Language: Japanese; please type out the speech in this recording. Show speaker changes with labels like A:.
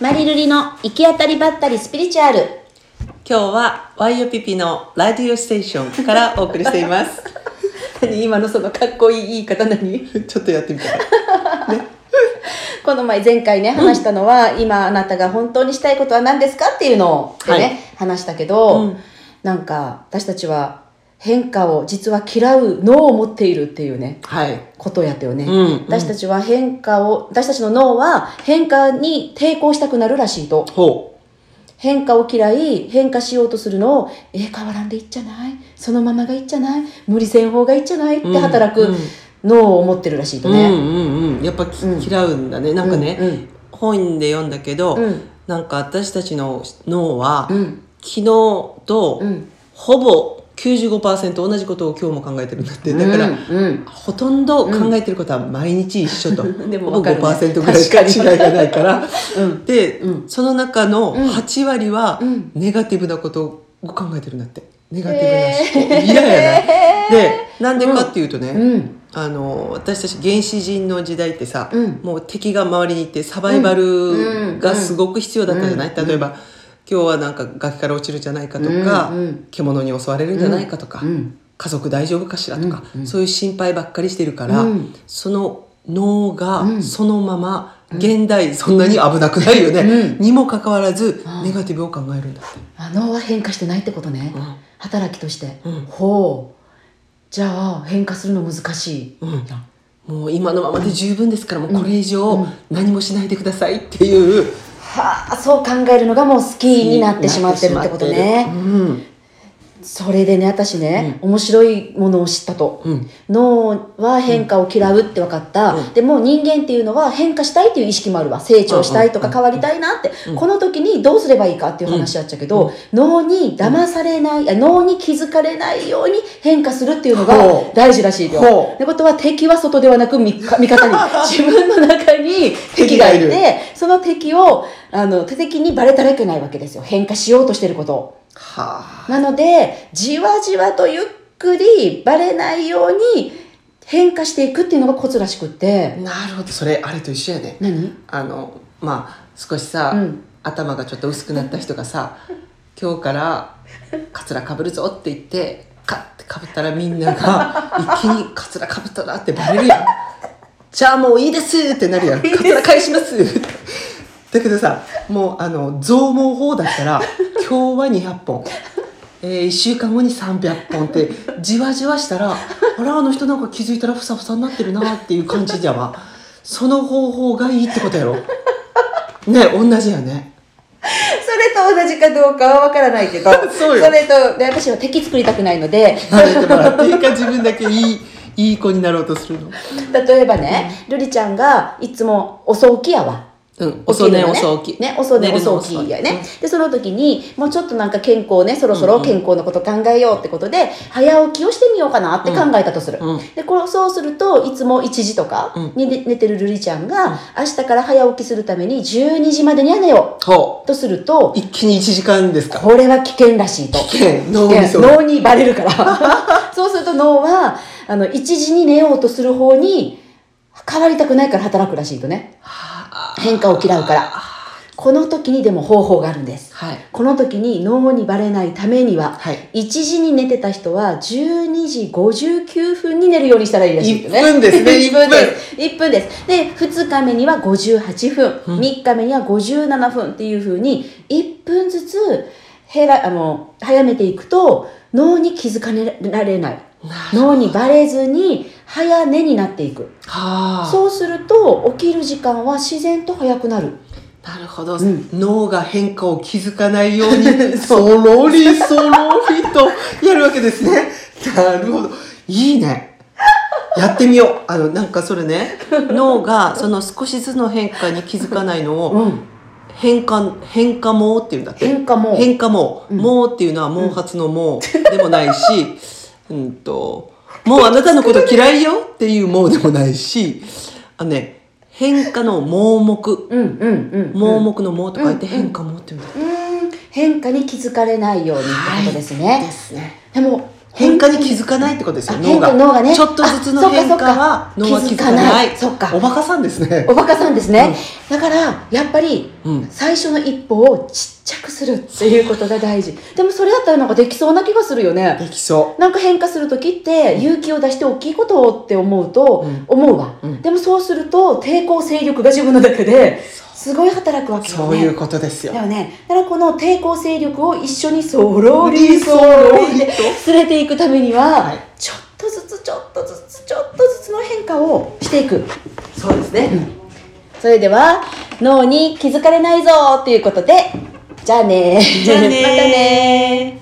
A: マリルリの行き当たりばったりスピリチュアル
B: 今日は YOPP のラディオステーションからお送りしています
A: 何 今のそのかっこいい言い方何
B: ちょっとやってみたい
A: この前前回ね話したのは、今あなたが本当にしたいことは何ですかっていうのをでね、
B: はい
A: 話したけど、
B: うん
A: なんか私たちは変化を実は嫌う脳を持っているっていうね
B: はい
A: ことやったよね、
B: うんうん
A: 私たちは変化を私たちの脳は変化に抵抗したくなるらしいと
B: ほ
A: 変化を嫌い変化しようとするのをえー、変わらんでいっちゃないそのままがいっちゃない無理せん方がいっちゃないって働
B: うん
A: く
B: うん、
A: 脳を持ってるらしいうとね、
B: うんうんうんやっぱき、
A: うん
B: 嫌うんだねなんかね、
A: うんうん
B: 本で読んだけど、
A: うん
B: なんか私たちの脳は、
A: うん
B: 昨日と、
A: うん
B: ほぼ95%同じことを今日も考えてるんだってだから、
A: うんうん
B: ほとんど考えてることは毎日一緒と、
A: でもわ
B: ほぼ
A: かるね
B: 5%ぐらいしか
A: 確かに
B: 違いがないから、
A: うん
B: で、
A: う
B: その中の
A: ん
B: 8割は
A: うん
B: ネガティブなことを考えてるんだってネガティブな
A: へ
B: 思
A: ー
B: 考嫌やねでなんでかっていうとね、
A: うん
B: あの私たち原始人の時代ってさ、
A: うん
B: もう敵が周りにいてサバイバルがすごく必要だったじゃない、例えば今日はなんか崖から落ちるんじゃないかとか、
A: うんうん
B: 獣に襲われるんじゃないかとか、
A: うん
B: 家族大丈夫かしらとか、
A: うんうん
B: そういう心配ばっかりしてるから、
A: うん
B: その脳
A: う
B: が
A: ん
B: そのまま現代そんなに危なくないよね、
A: う
B: にもかかわらず
A: ああ
B: ネガティブを考えるんだって。
A: あ脳は変化してないってことね、
B: うん
A: 働きとして、
B: うん
A: ほうじゃあ変化するの難しい、
B: うん
A: や
B: もう今のままで十分ですからもうこれ以
A: う
B: 上
A: ん
B: 何もしないでくださいっていう
A: はあそう考えるのがもう好きになってしまってるってことね、
B: うん
A: それでね私ね、面白いものを知ったと、
B: うん
A: 脳は変化を嫌うって分かった、
B: うん
A: でも人間っていうのは変化したいっていう意識もあるわ成長したいとか
B: うん
A: 変わりたいなって、
B: うん
A: この時にどうすればいいかっていう話やっちゃうけど、脳に騙されない、あ脳に気づかれないように変化するっていうのが
B: ほう
A: 大事らしいよ。
B: ほう
A: ってことは敵は外ではなく味 方味方に自分の中に敵がい
B: 敵が
A: てその敵をあの敵にバレたらいけないわけですよ変化しようとしてることを。
B: はあ
A: なので、じわじわとゆっくりバレないように変化していくっていうのがコツらしくって。
B: なるほどそれあれと一緒やね
A: 何
B: あのまあ少しさ、
A: うん
B: 頭がちょっと薄くなった人がさ今日からカツラかぶるぞって言ってカッてかぶったらみんな が一気にカツラかぶったなってバレるやんじゃあもういいですってなるやんカツラ返しますだけどさもうあの増毛法だったら今日は200本、え1週間後に300本ってじわじわしたらあらあの人なんか気づいたらふさふさになってるなっていう感じじゃわその方法がいいってことやろね同じやね
A: それと同じかどうかはわからないけ ど、
B: そうよ
A: れと、で私は敵作りたくないので、
B: 慣れてもらっていいか自分だけいいいい子になろうとするの
A: 例えばね、ルリちゃんがいつも遅起きやわ。
B: うん
A: 起き
B: 遅
A: る
B: 寝
A: のね
B: 遅起き
A: ね、遅寝
B: 寝るの
A: 遅起きやね。で、その時に、もうちょっとなんか健康ね、そろそろ健康のこと考えようってことで、早起きをしてみようかなって考えたとする。
B: うん
A: で、これそうすると、いつも1時とか
B: うん
A: に寝寝てるルリちゃんが、明日から早起きするために12時までには寝よ
B: ほ
A: うとすると
B: う、一気に1時間ですか
A: これは危険らしいと。
B: 危険脳
A: いや
B: みそ
A: 脳にバレるから そうすると脳はあの1時に寝ようとする方に変わりたくないから働くらしいとね変化を嫌うからこの時にでも方法があるんです
B: はい
A: この時に脳にバレないためには、
B: はい
A: 1時に寝てた人は12時59分に寝るようにしたらいいらしいんよ
B: 一分ですね
A: 一分です1分ですで2日目には58分、三3日目には57分っていうふうに1分ずつ減らあの早めていくと脳に気づかれられない脳にバレずに早寝になっていく
B: はあ
A: そうすると起きる時間は自然と早くなる
B: なるほど、
A: ん
B: 脳が変化を気づかないように そろりそろりとやるわけです ねなるほどいいねやってみようあのなんかそれね脳がその少しずつの変化に気づかないのを
A: うん
B: 変化変化網っていうんだって
A: 変化も
B: 変化網、
A: ん
B: 網っていうのは毛髪の網でもないし、 うんと、もうあなたのこと嫌いよっていう網でもないし、あのね、変化の盲目、
A: うんうんうん
B: 盲目の網と書いて変化網っていうんだ。
A: うーん変化に気づかれないようにってことですね。
B: すね。
A: でも
B: 変化に気づかないってことですよ
A: あ
B: 脳が
A: 変化脳がね
B: ちょっとずつの
A: あそっか
B: 変
A: そっか
B: 化は脳は気づかない
A: 気づかないそっか
B: おバカさんですね
A: おバカさんですね、だからやっぱり
B: うん
A: 最初の一歩をちっちゃくするっていうことが大事でもそれだったらなんかできそうな気がするよね
B: できそ
A: なんか変化する時って勇気を出して大きいことをって思うと
B: うん
A: 思うわ、
B: うん
A: でもそうすると抵抗勢力が自分の中ですごい働くわ
B: う
A: けよね
B: そういうことですよ
A: だよねだからこの抵抗勢力を一緒にそろ
B: リ
A: り
B: ー
A: そろりで連れていくためには、
B: はい
A: ちょっとずつちょっとずつちょっとずつの変化をしていく
B: そうですね、
A: それでは脳に気づかれないぞということでじゃあね
B: じゃあね
A: またね